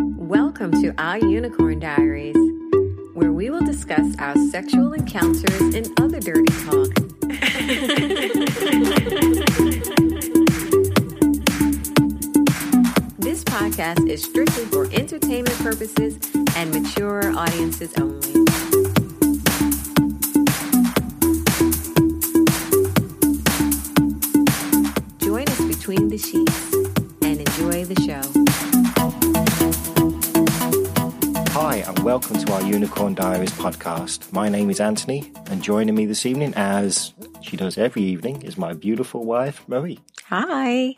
welcome to Our Unicorn Diaries, where we will discuss our sexual encounters and other dirty talk. this podcast is strictly for entertainment purposes and mature audiences only. Join us between the sheets and enjoy the show. Hi, and welcome to our Unicorn Diaries podcast. My name is Anthony, and joining me this evening, as she does every evening, is my beautiful wife, Marie. Hi.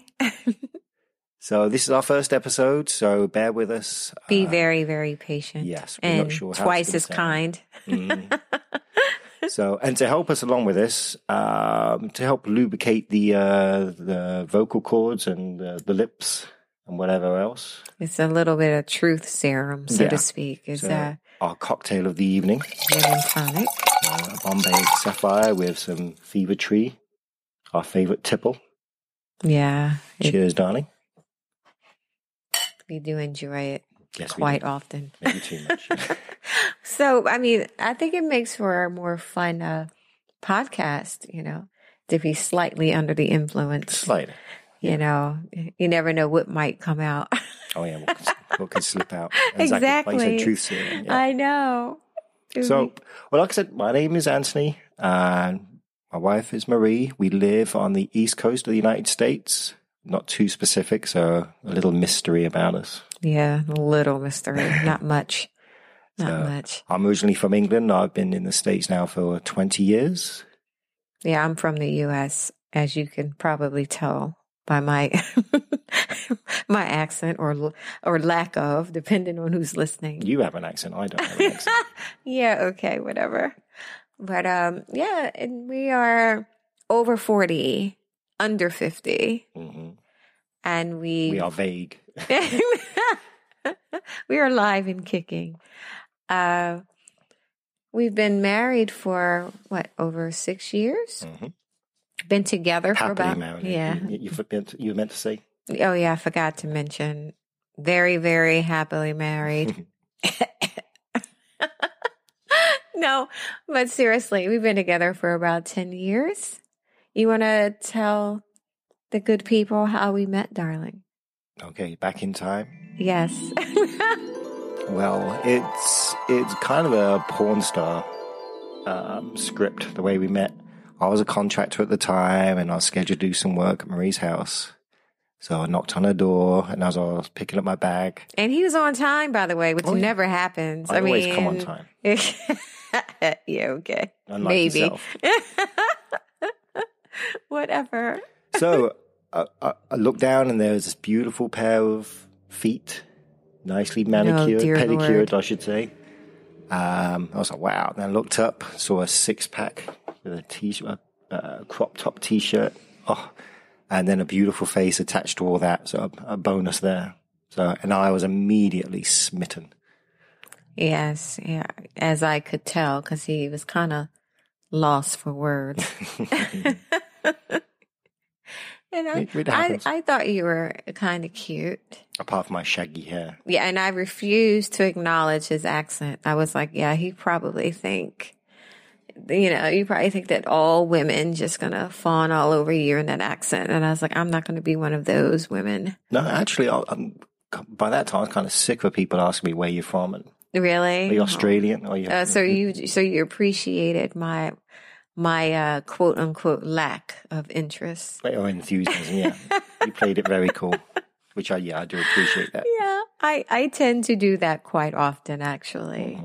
So, this is our first episode, so bear with us. Be very, very patient. Uh, yes, we're not and sure how it's twice gonna as sound. kind. So, and to help us along with this, um, to help lubricate the uh, the vocal cords and uh, the lips and whatever else, It's a little bit of truth serum, so Yeah. to speak. It's uh, so a our cocktail of the evening, lemon tonic. uh, a Bombay Sapphire with some Fever Tree, our favorite tipple. Yeah, it- Cheers, darling. we do enjoy it Yes, we do. quite often. Maybe too much. So, I mean, I think it makes for a more fun uh, podcast, you know, to be slightly under the influence. Slightly. You know, you never know what might come out. Oh yeah, what could, what could slip out? Like you Exactly. said, truth serum. yeah. I know. It would So, be- well, like I said, my name is Anthony, and my wife is Marie. We live on the east coast of the United States. Not too specific, so a little mystery about us. yeah, little mystery, not much, not So- much. I'm originally from England. I've been in the States now for 20 years. Yeah, I'm from the US, as you can probably tell by my my accent or or lack of, depending on who's listening. You have an accent. I don't have an accent. yeah, okay, whatever. But um yeah, and we are over 40, under 50, hmm and we We are vague. we are live and kicking. Uh We've been married for what over six years. hmm Been together for Happily about married. yeah, You, you, forget- you were meant to say. Oh yeah, I forgot to mention. Very, very happily married. no, but seriously, we've been together for about ten years. You want to tell the good people how we met, darling? Okay, back in time. Yes. Well, it's it's kind of a porn star um, script. The way we met, I was a contractor at the time, and I was scheduled to do some work at Marie's house. So I knocked on her door, and as I was picking up my bag, and he was on time, by the way, which Oh, yeah. never happens. I, I, mean, always come on time. time. yeah. Okay. Unlike Maybe. yourself. Whatever. so I, I, I looked down, and there was this beautiful pair of feet, nicely manicured, Oh, dear pedicured, Lord. I should say. Um, I was like, wow. Then I looked up, saw a six pack with a t-shirt, a, a crop top t-shirt. Oh, and then a beautiful face attached to all that. So a, a bonus there. So, and I was immediately smitten. Yes, yeah, as I could tell, because he was kind of lost for words. and I, It- it I, happens. I thought you were kind of cute. Apart from my shaggy hair. Yeah, and I refused to acknowledge his accent. I was like, yeah, he probably think, you know, you probably think that all women just gonna fawn all over you in that accent. And I was like, I'm not gonna be one of those women. No, actually, I, I'm, by that time, I was kind of sick of people asking me where you're from and Really? are you Australian? Are you, Uh, so you so you appreciated my my uh, quote unquote lack of interest. Or enthusiasm, yeah. you played it very cool, which I, yeah, I do appreciate that. Yeah, I I tend to do that quite often actually.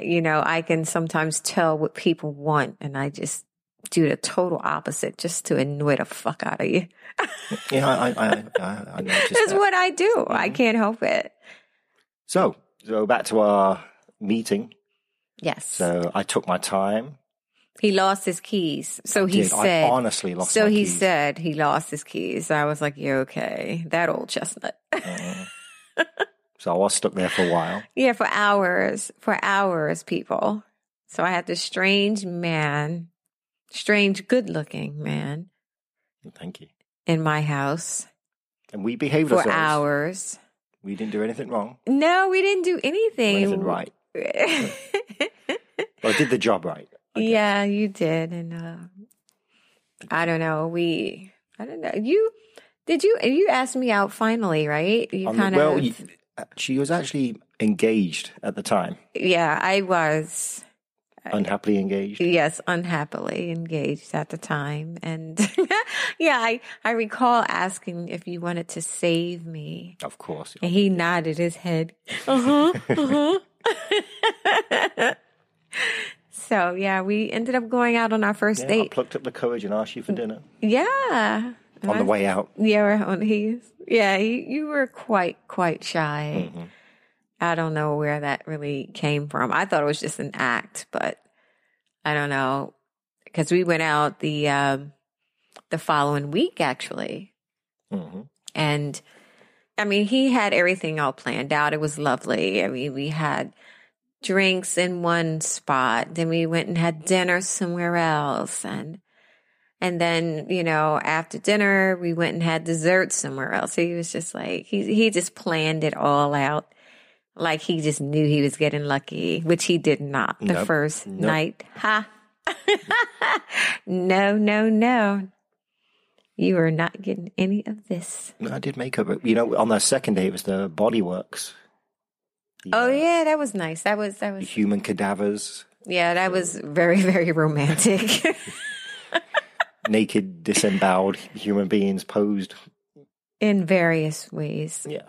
You know, I can sometimes tell what people want, and I just do the total opposite just to annoy the fuck out of you. Yeah, I, I, I, I, I noticed That's that. what I do. I can't help it. So, so back to our meeting. Yes, So I took my time. he lost his keys, so he Did- said. I honestly lost so my he keys. said he lost his keys. I was like, "Yeah, okay, that old chestnut." Mm-hmm. So I was stuck there for a while. Yeah, for hours, for hours, people. So I had this strange man, strange, good looking man Thank you. in my house And we behaved for ourselves. hours. We didn't do anything wrong, No, we didn't do or anything. anything right. Well, I did the job right. yeah, you did, and uh, I don't know. We, I don't know. You did you you asked me out finally, right? You On the- kind well, of, you- uh, she was actually engaged at the time, yeah. I was unhappily engaged. yes, unhappily engaged at the time, and yeah, I I recall asking if you wanted to save me, Of course. and he nodded his head. Uh-huh, Uh huh. Uh huh. so yeah, we ended up going out on our first Yeah, I date. plucked up the courage and asked you Mm. for dinner Yeah. on the way out. Yeah, on he's yeah, you, you were quite quite shy. I don't know where that really came from. I thought it was just an act, but I don't know because we went out the um, the following week actually, hmm and I mean he had everything all planned out. It was lovely. I mean we had drinks in one spot, then we went and had dinner somewhere else, and and then, you know, after dinner, we went and had dessert somewhere else. He was just like, he, he just planned it all out. Like he just knew he was getting lucky, which he did not the Nope. first Nope. night. Ha. no, no, no. You are not getting any of this. No, I did makeup. But, you know, on the second day, it was the Body Works. The, Oh uh, yeah, that was nice. That was, that the was, human cadavers, yeah, that was very, very romantic. naked, disemboweled human beings posed. in various ways. Yeah.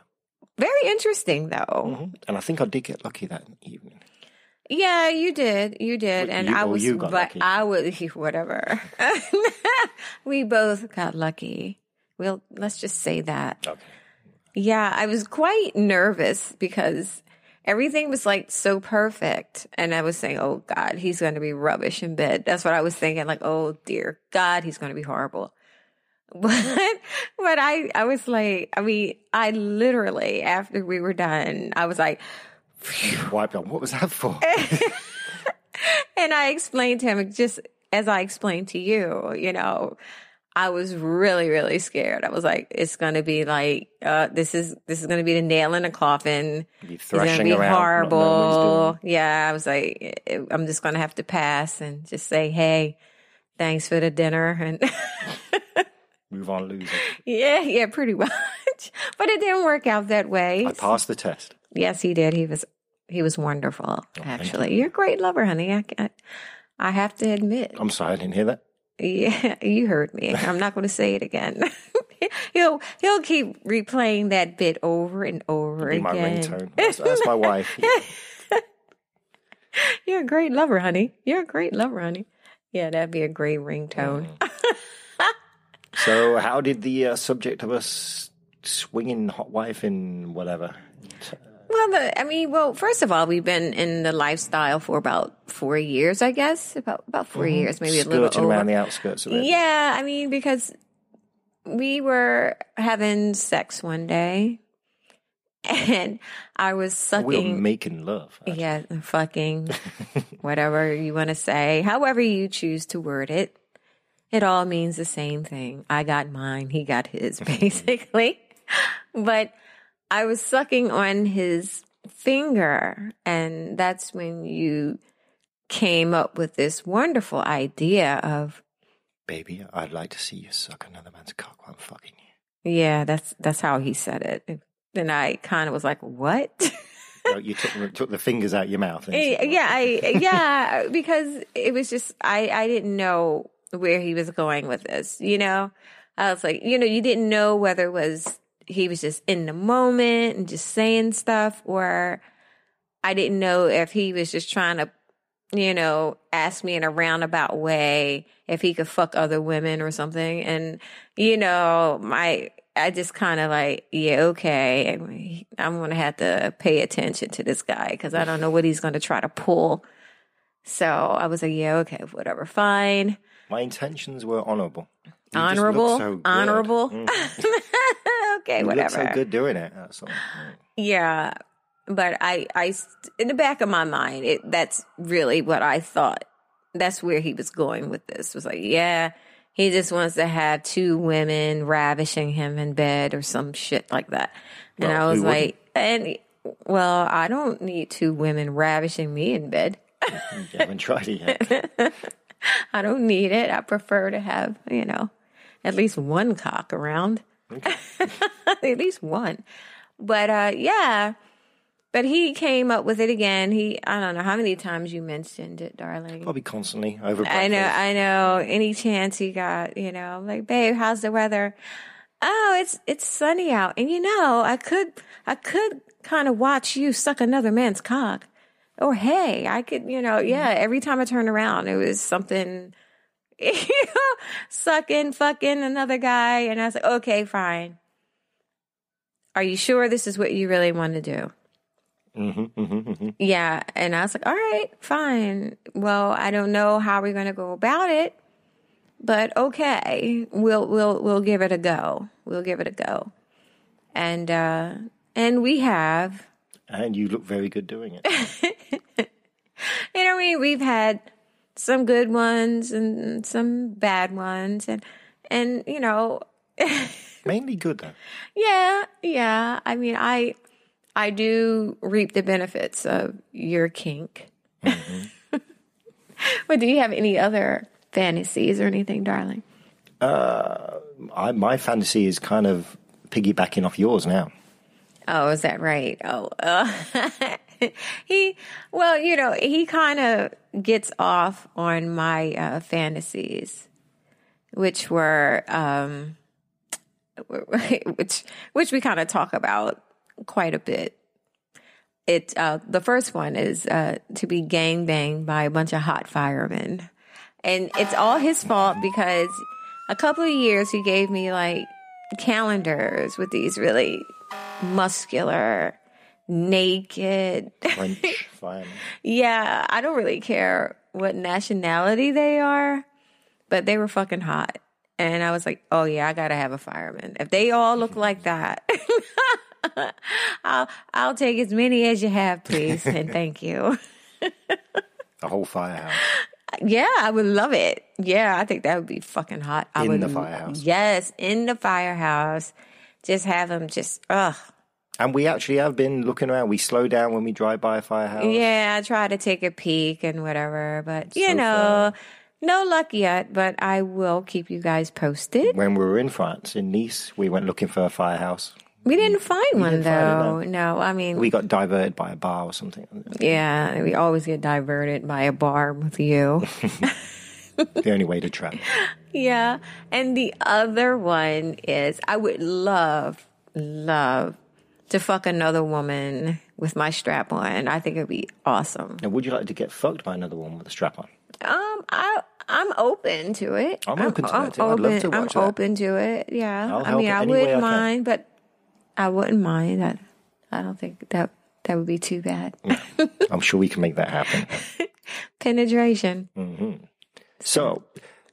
Very interesting though. hmm And I think I did get lucky that evening. Yeah, you did. You did. Well, and you- I well, was, you got but lucky. I was, whatever. we both got lucky. Well, let's just say that. Okay. Yeah, I was quite nervous because everything was like so perfect. And I was saying, oh God, he's going to be rubbish in bed. That's what I was thinking. Like, oh dear God, he's going to be horrible. But, but I, I was like, I mean, I literally, after we were done, I was like, Wiped on. What was that for? And I explained to him just as I explained to you, you know, I was really, really scared. I was like, it's going to be like, uh, this is, this is going to be the nail in the coffin. Be It's going to thrashing be around. not knowing what he's doing. horrible. Yeah. I was like, "I- I'm just going to have to pass and just say, Hey, thanks for the dinner. And Move on, loser. yeah, yeah, pretty much. But it didn't work out that way. I passed the test. Yes, he did. He was, he was wonderful. Oh, thank actually, you. are a great lover, honey. I, I, I have to admit. I'm sorry I didn't hear that. Yeah, you heard me. I'm not going to say it again. he'll he'll keep replaying that bit over and over Be my again. ringtone. That's, that's my wife. You're a great lover, honey. You're a great lover, honey. Mm. Yeah, that'd be a great ringtone. Uh, So, how did the uh, subject of us swinging hot wife and whatever? Well, the, I mean, well, first of all, we've been in the lifestyle for about four years, I guess. About about 4 years, maybe a little Skirting over. around the outskirts of it. Yeah, I mean, because we were having sex one day, and I was sucking. We were making love. uh, actually. Yeah, fucking whatever you want to say, however you choose to word it, it all means the same thing. I got mine, he got his, basically. but I was sucking on his finger, and that's when you came up with this wonderful idea of Baby, I'd like to see you suck another man's cock while I'm fucking you. yeah, that's that's how he said it. And I kind of was like, what? No, you took, the- took the fingers out your mouth. And Eh, yeah, I yeah, because it was just I I didn't know where he was going with this. You know, I was like, you know, you didn't know whether it was he was just in the moment and just saying stuff, or I didn't know if he was just trying to, you know, ask me in a roundabout way if he could fuck other women or something. And you know, my. I just kind of like, yeah, okay. I'm going to have to pay attention to this guy because I don't know what he's going to try to pull. So I was like, yeah, okay, whatever, fine. My intentions were honorable. You just look honorable, so good. honorable. Mm. okay, You look whatever. so good doing it. That's all. Mm. Yeah, but I, I, st- in the back of my mind, it that's really what I thought. That's where he was going with this. Was like, yeah, He just wants to have two women ravishing him in bed or some shit like that. And Well, I was who wouldn't? like, and well, I don't need two women ravishing me in bed. You haven't tried it yet. I don't need it. I prefer to have, you know, at least one cock around. at least one. But uh yeah. But he came up with it again. He I don't know how many times you mentioned it, darling. Probably constantly over breakfast. I know, I know. Any chance he got, you know, I'm like, babe, how's the weather? Oh, it's it's sunny out, and you know, I could I could kind of watch you suck another man's cock, or hey, I could, you know, yeah. Every time I turn around, it was something, you know, sucking, fucking another guy, and I was like, okay, fine. Are you sure this is what you really want to do? Yeah. And I was like, all right, fine. Well, I don't know how we're going to go about it, but okay, we'll, we'll, we'll give it a go. We'll give it a go. And, uh, and we have, And you look very good doing it. you know, we, we've had some good ones and some bad ones and, and, you know, Mainly good, though. Yeah, yeah. I mean, I I do reap the benefits of your kink. but do you have any other fantasies or anything, darling? I, my fantasy is kind of piggybacking off yours now. Oh, is that right? Oh, uh, he. Well, you know, he kind of gets off on my uh, fantasies, which were, um, which which we kind of talk about quite a bit. It uh, the first one is uh, to be gang banged by a bunch of hot firemen, and it's all his fault because a couple of years he gave me like calendars with these really muscular, naked. French fireman. yeah, I don't really care what nationality they are, but they were fucking hot. And I was like, oh yeah, I gotta have a fireman. If they all look like that, I'll I'll take as many as you have, please, and thank you. The whole firehouse. Yeah, I would love it. Yeah, I think that would be fucking hot. I In would, the firehouse. Yes, in the firehouse. Just have them just ugh. And we actually have been looking around. We slow down when we drive by a firehouse. Yeah, I try to take a peek and whatever, but you So know, no luck yet, but I will keep you guys posted. When we were in France, in Nice, we went looking for a firehouse. We didn't find one find it, though. no, I mean, We got diverted by a bar or something. yeah, we always get diverted by a bar with you. the only way to travel. yeah. And the other one is I would love, love to fuck another woman with my strap on. I think it'd be awesome. Now, would you like to get fucked by another woman with a strap on? Um, I I'm open to it. I'm open to I'm that, too. I'd love to open- I'm watch that. open to it. Yeah, I'll i help mean, in I any way I wouldn't can. mind, but I wouldn't mind. I, I don't think that that would be too bad. I'm sure we can make that happen. Penetration. So,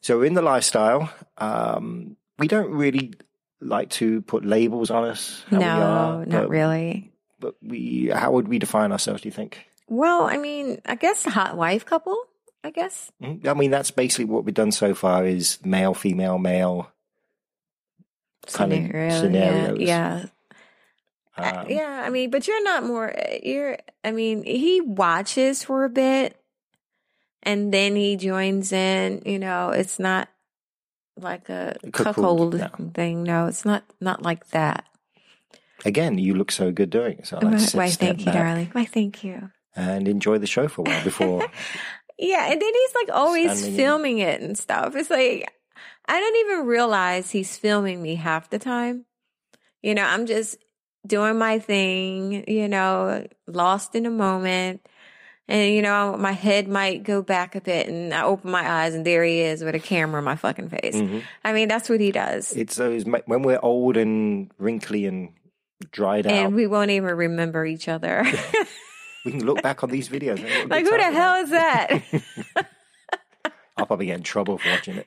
so in the lifestyle, um, we don't really like to put labels on us. How No, we are, not but, really. But we, how would we define ourselves? Do you think? Well, I mean, I guess hot wife couple. I guess. Mm, I mean, that's basically what we've done so far: is male, female, male. Kind of Scenario, yeah, scenarios. Yeah, Um, Uh, yeah. I mean, but you're not more. eh, You're. I mean, he watches for a bit, and then he joins in. You know, it's not like a Cuckold, cuckold thing. No, it's not. Not like that. Again, you look so good doing it. So I'd like to sit, Why? step Thank you, back darling. Why? Thank you. and enjoy the show for a while before. Yeah, and then he's like always Standing in. filming it and stuff. It's like I don't even realize he's filming me half the time. You know, I'm just doing my thing, you know, lost in a moment. And you know, my head might go back a bit and I open my eyes and there he is with a camera in my fucking face. Mhm. I mean, that's what he does. it's those ma- when we're old and wrinkly and dried out. And we won't even remember each other. we can look back on these videos. and what a like good who the time we had. hell is that? I'll probably get in trouble for watching it.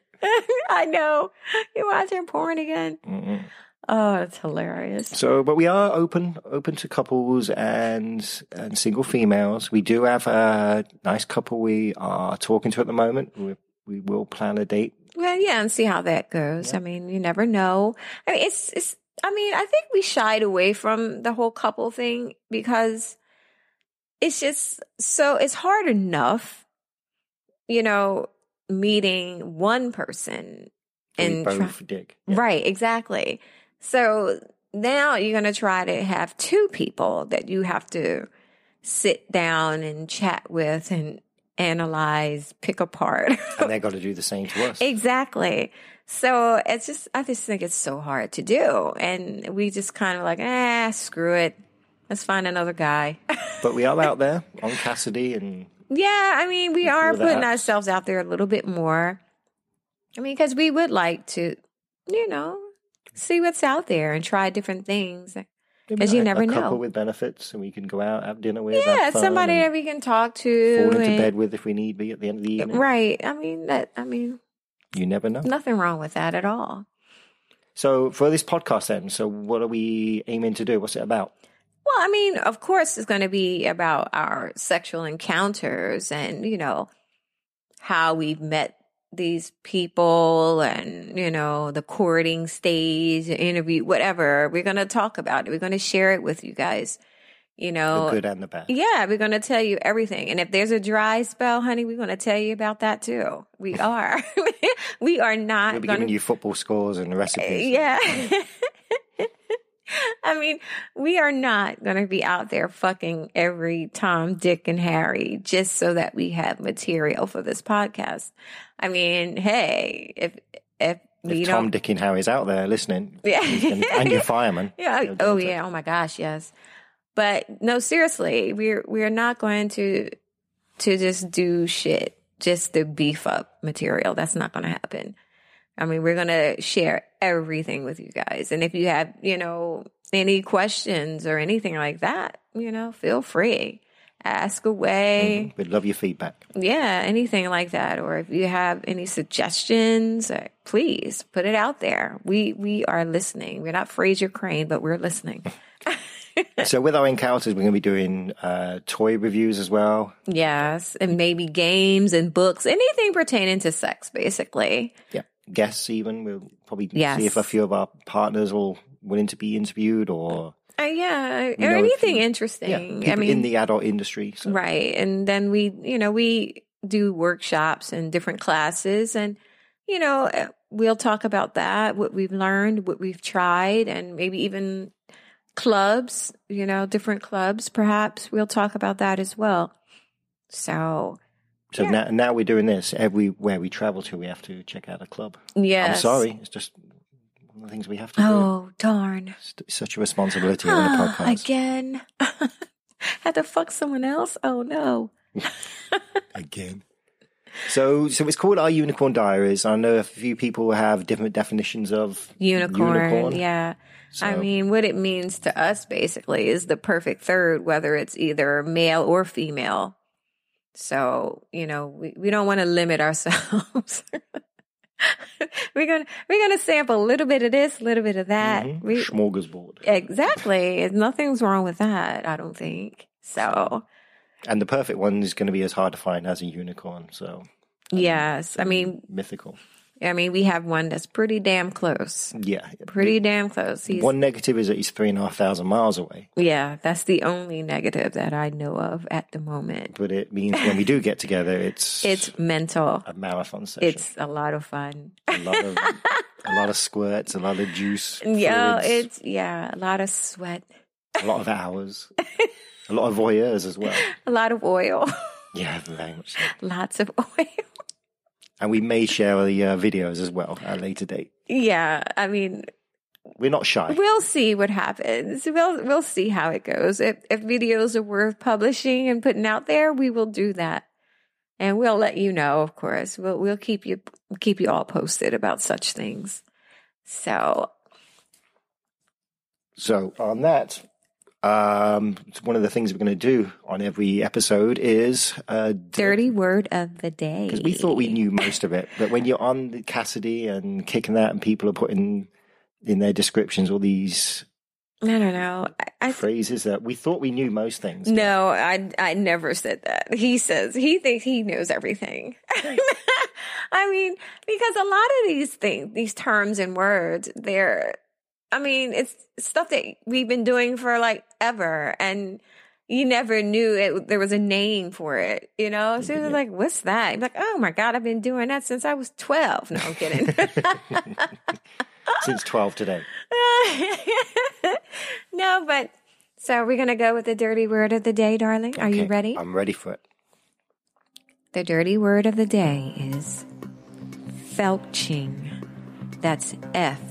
I know. You watching porn again. Mm-mm. Oh, that's hilarious. So, but we are open, open to couples and and single females. We do have a nice couple we are talking to at the moment. We we will plan a date Well, yeah, and see how that goes. I mean, you never know. I mean, it's it's. I mean, I think we shied away from the whole couple thing because it's just so it's hard enough, you know, meeting one person we and try- both dig. Yeah. Right, exactly. So now you're going to try to have two people that you have to sit down and chat with and analyze, pick apart. And they got to do the same to us. exactly. So it's just, I just think it's so hard to do. And we just kind of like, ah, screw it. Let's find another guy. But we are out there on Cassidy and Yeah, I mean, we are that. putting ourselves out there a little bit more. I mean, because we would like to, you know, see what's out there and try different things. maybe 'Cause you a- never a know. couple with benefits and we can go out, have dinner with. Yeah, have fun, somebody that and we can talk fall to. into and- bed with if we need be at the end of the evening. Right. I mean, that, I mean, You never know. nothing wrong with that at all. So for this podcast then, so what are we aiming to do? What's it about? Well, I mean, of course, it's going to be about our sexual encounters and, you know, how we've met these people and, you know, the courting stage, the interview, whatever. We're going to talk about it. We're going to share it with you guys, you know. the Oh, good and the bad. Oh, Yeah, we're going to tell you everything. And if there's a dry spell, honey, we're going to tell you about that too. We are. we are not We'll be gonna- giving you football scores and recipes. yeah. I mean, we are not going to be out there fucking every Tom, Dick, and Harry just so that we have material for this podcast. I mean, hey, if if If we Tom, don't, Dick, and Harry's out there listening, and, yeah, and your fireman, yeah. You'll do Oh it. yeah. Oh my gosh. Yes. But no, seriously, we're we're not going to to just do shit just to beef up material. That's not going to happen. I mean, we're going to share everything with you guys, and if you have you know any questions or anything like that, you know, feel free ask away we'd love your feedback. yeah, anything like that, or if you have any suggestions, uh, please put it out there. We we are listening. We're not Fraser Crane, but we're listening. so with our encounters, we're going to be doing uh, toy reviews as well. yes, and maybe games and books, anything pertaining to sex, basically. Yeah, guests even. We'll probably Yes. see if a few of our partners will willing to be interviewed or Uh, yeah, You or know, if anything you- yeah, interesting. I people mean, in the adult industry. So Right. And then we, you know, we do workshops and different classes and, you know, eh, we'll talk about that, what we've learned, what we've tried, and maybe even clubs, you know, different clubs, perhaps. We'll talk about that as well. So, so Yeah. now now we're doing this everywhere we travel to. We have to check out a club. yes. I'm sorry, it's just one of the things we have to do. Oh, darn. It's such a responsibility on the Ah, podcast again. Had to fuck someone else? Oh, no. again. So, so it's called Our Unicorn Diaries. I know a few people have different definitions of Unicorn. unicorn. Yeah. I So- mean, what it means to us basically is the perfect third, whether it's either male or female. So, you know, we, we don't want to limit ourselves. we're gonna we're gonna sample a little bit of this, a little bit of that. Mhm. We Smorgasbord. exactly. Nothing's wrong with that, I don't think. So And the perfect one is going to be as hard to find as a unicorn. So yes. I mean mythical. I mean we have one that's pretty damn close. Yeah. Pretty damn close. He's One negative is that he's three and a half thousand miles away. Yeah, that's the only negative that I know of at the moment. But it means when we do get together, it's It's mental. a marathon session. It's a lot of fun. a lot of a lot of squirts, a lot of juice. Yeah, fluids, it's yeah, a lot of sweat, a lot of hours, a lot of voyeurs as well. a lot of oil, Yeah, very much. So. lots of oil. And we may share the uh, videos as well at a later date. Yeah, I mean, We're not shy. we'll see what happens. We'll we'll see how it goes. If if videos are worth publishing and putting out there, we will do that. And we'll let you know, of course. We'll we'll keep you keep you all posted about such things. So, So on that, um, one of the things we're going to do on every episode is uh, dirty word of the day. because we thought we knew most of it, but when you're on the Cassidy and kicking that, and people are putting in their descriptions all these I don't know. I, I th- phrases that we thought we knew most things. no, I I never said that. He says he thinks he knows everything. I mean, because a lot of these things, these terms and words, they're, I mean, it's stuff that we've been doing for like ever. And you never knew it, there was a name for it, you know? So you're like, what's that? You're like, oh my God, I've been doing that since I was 12. No, I'm kidding. Since 12 today. no, but so we're going to go with the dirty word of the day, darling. Are you Okay, um, ready? I'm ready for it. The dirty word of the day is felching. That's F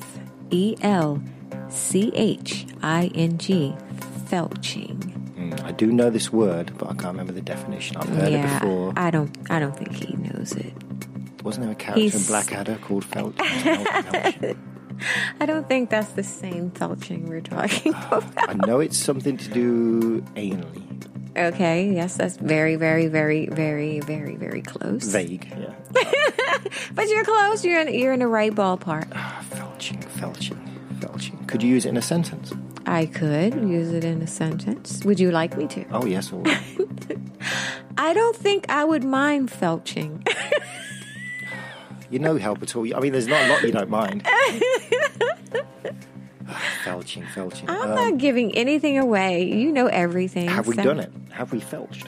E L C H I N G, felching. Mm, I do know this word, but I can't remember the definition. I've heard yeah, it before. I don't. I don't think he knows it. Wasn't there a character He's- in Blackadder called Felt? Felch- I don't think that's the same felching we're talking about. I know it's something to do anally. Okay. Yes, that's very, very, very, very, very, very close. Vague, yeah. But you're close. You're in, you're in the right ballpark. Ah, felching, felching, felching. Could you use it in a sentence? I could use it in a sentence. Would you like me to? Oh, yes. Or, I don't think I would mind felching. you know help at all. I mean, there's not a lot you don't mind. Ah, felching, felching. I'm Um, not giving anything away. You know everything. have we so- done it? Have we felched?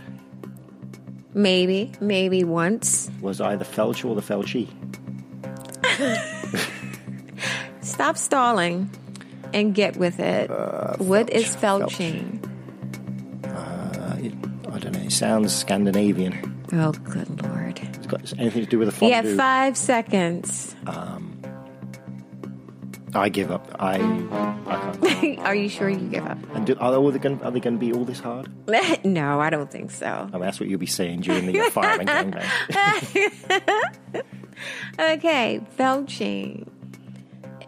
Maybe, maybe once. Was I the felch or the felchee? Stop stalling and get with it. what Uh, felch, is felching? Uh, it, I don't know. It sounds Scandinavian. Oh, good lord. It's got anything to do with a You fondue. have five seconds. I give up. I, I can't. Are you sure you give up? And do, are, all they gonna, are they going to be all this hard? no, I don't think so. I mean, that's what you'll be saying during the fireman gangbang. Okay, felching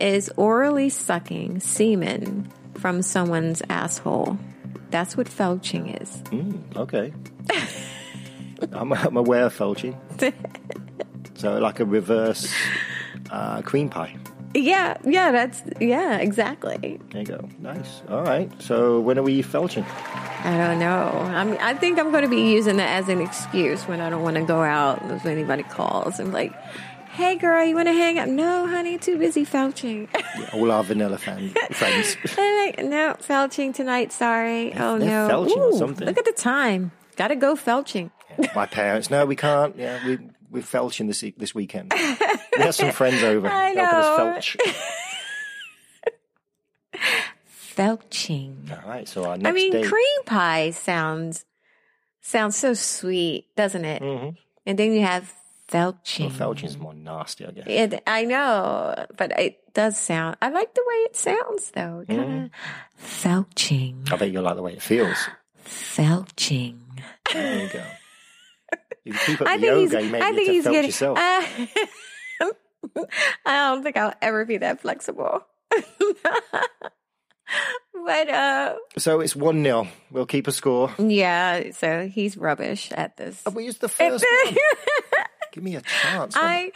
is orally sucking semen from someone's asshole. That's what felching is. Mm, okay. I'm, I'm aware of felching. So, like a reverse uh, cream pie. Yeah, yeah, that's yeah, exactly. There you go. Nice. All right. So, when are we felching? I don't know. I'm, I think I'm going to be using that as an excuse when I don't want to go out. If anybody calls, I'm like, "Hey, girl, you want to hang out?" No, honey, too busy felching. Yeah, all our vanilla fan, friends. I'm like, no, felching tonight. Sorry. oh they're no. felching or Ooh, something. Look at the time. Got to go felching. Yeah, my parents. No, we can't. Yeah, we, we're felching this, e- this weekend. We have some friends over. I Helping us know. felch. Felching. All right. So, our next I mean, date. cream pie sounds sounds so sweet, doesn't it? Mm-hmm. And then you have felching. Felching's more nasty, I guess. It, I know, but it does sound. I like the way it sounds, though. Kind of Mm-hmm. felching, I bet you'll like the way it feels. felching. There you go. If you keep up I the think he's. yoga, you may I need think to he's felt getting. yourself. uh, I don't think I'll ever be that flexible. but uh, So it's 1 0. We'll keep a score. yeah, so he's rubbish at this. But it's the first one. Give me a chance. I'm I,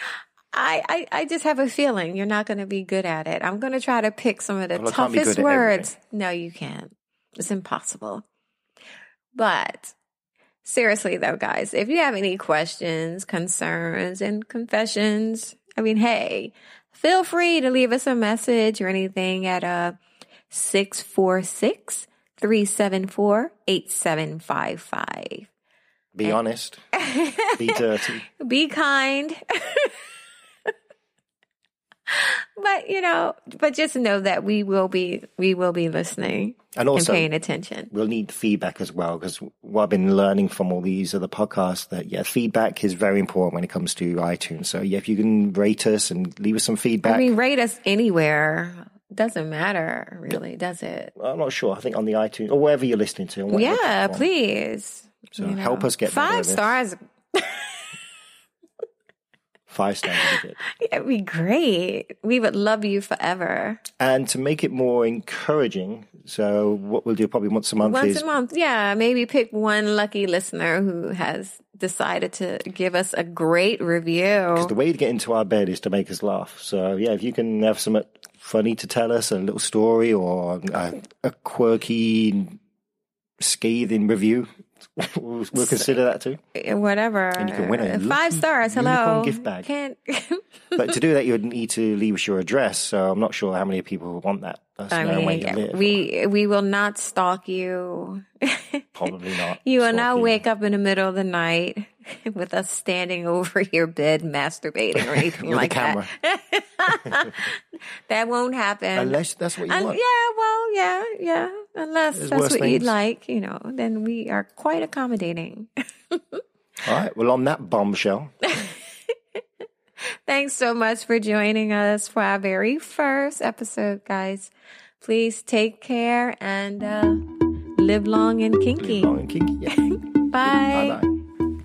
I, I, I just have a feeling you're not going to be good at it. I'm going to try to pick some of the Well, I can't be toughest good at everything. words. No, you can't. It's impossible. But seriously, though, guys, if you have any questions, concerns, and confessions, I mean, hey, feel free to leave us a message or anything at uh, 646 374 8755. Be honest. Be dirty. be kind. but you know, but just know that we will be we will be listening And also, and paying attention. we'll need feedback as well because what I've been learning from all these other podcasts that, yeah, feedback is very important when it comes to iTunes. So, yeah, if you can rate us and leave us some feedback. I mean, rate us anywhere. Doesn't matter, really, does it? I'm not sure. I think on the iTunes or wherever you're listening to. on whatever Yeah, platform. please. So help us get better at five this. stars. Five stars would be good. It'd be great. We would love you forever. And to make it more encouraging, so what we'll do probably once a month Once is a month, yeah. Maybe pick one lucky listener who has decided to give us a great review. the way to get into our bed is to make us laugh. So yeah, if you can have something funny to tell us, a little story or a, a quirky, scathing review, we'll, we'll consider that too. eh, whatever. Uh, And you can win a five stars. unicorn Hello, gift bag. Can't. But to do that, you would need to leave us your address. So I'm not sure how many people want that. That's I no way mean, you live. we we will not stalk you. probably not. You will Sort not of wake up in the middle of the night with us standing over your bed masturbating or anything with like a camera, that. That won't happen. unless that's what you Um, want. yeah, well, yeah, yeah. Unless There's that's worse what you'd things. like, you know, then we are quite accommodating. All right. Well, on that bombshell, Thanks so much for joining us for our very first episode, guys. Please take care and uh, live long and kinky. long and kinky. Yeah. Bye. Bye bye.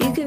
you can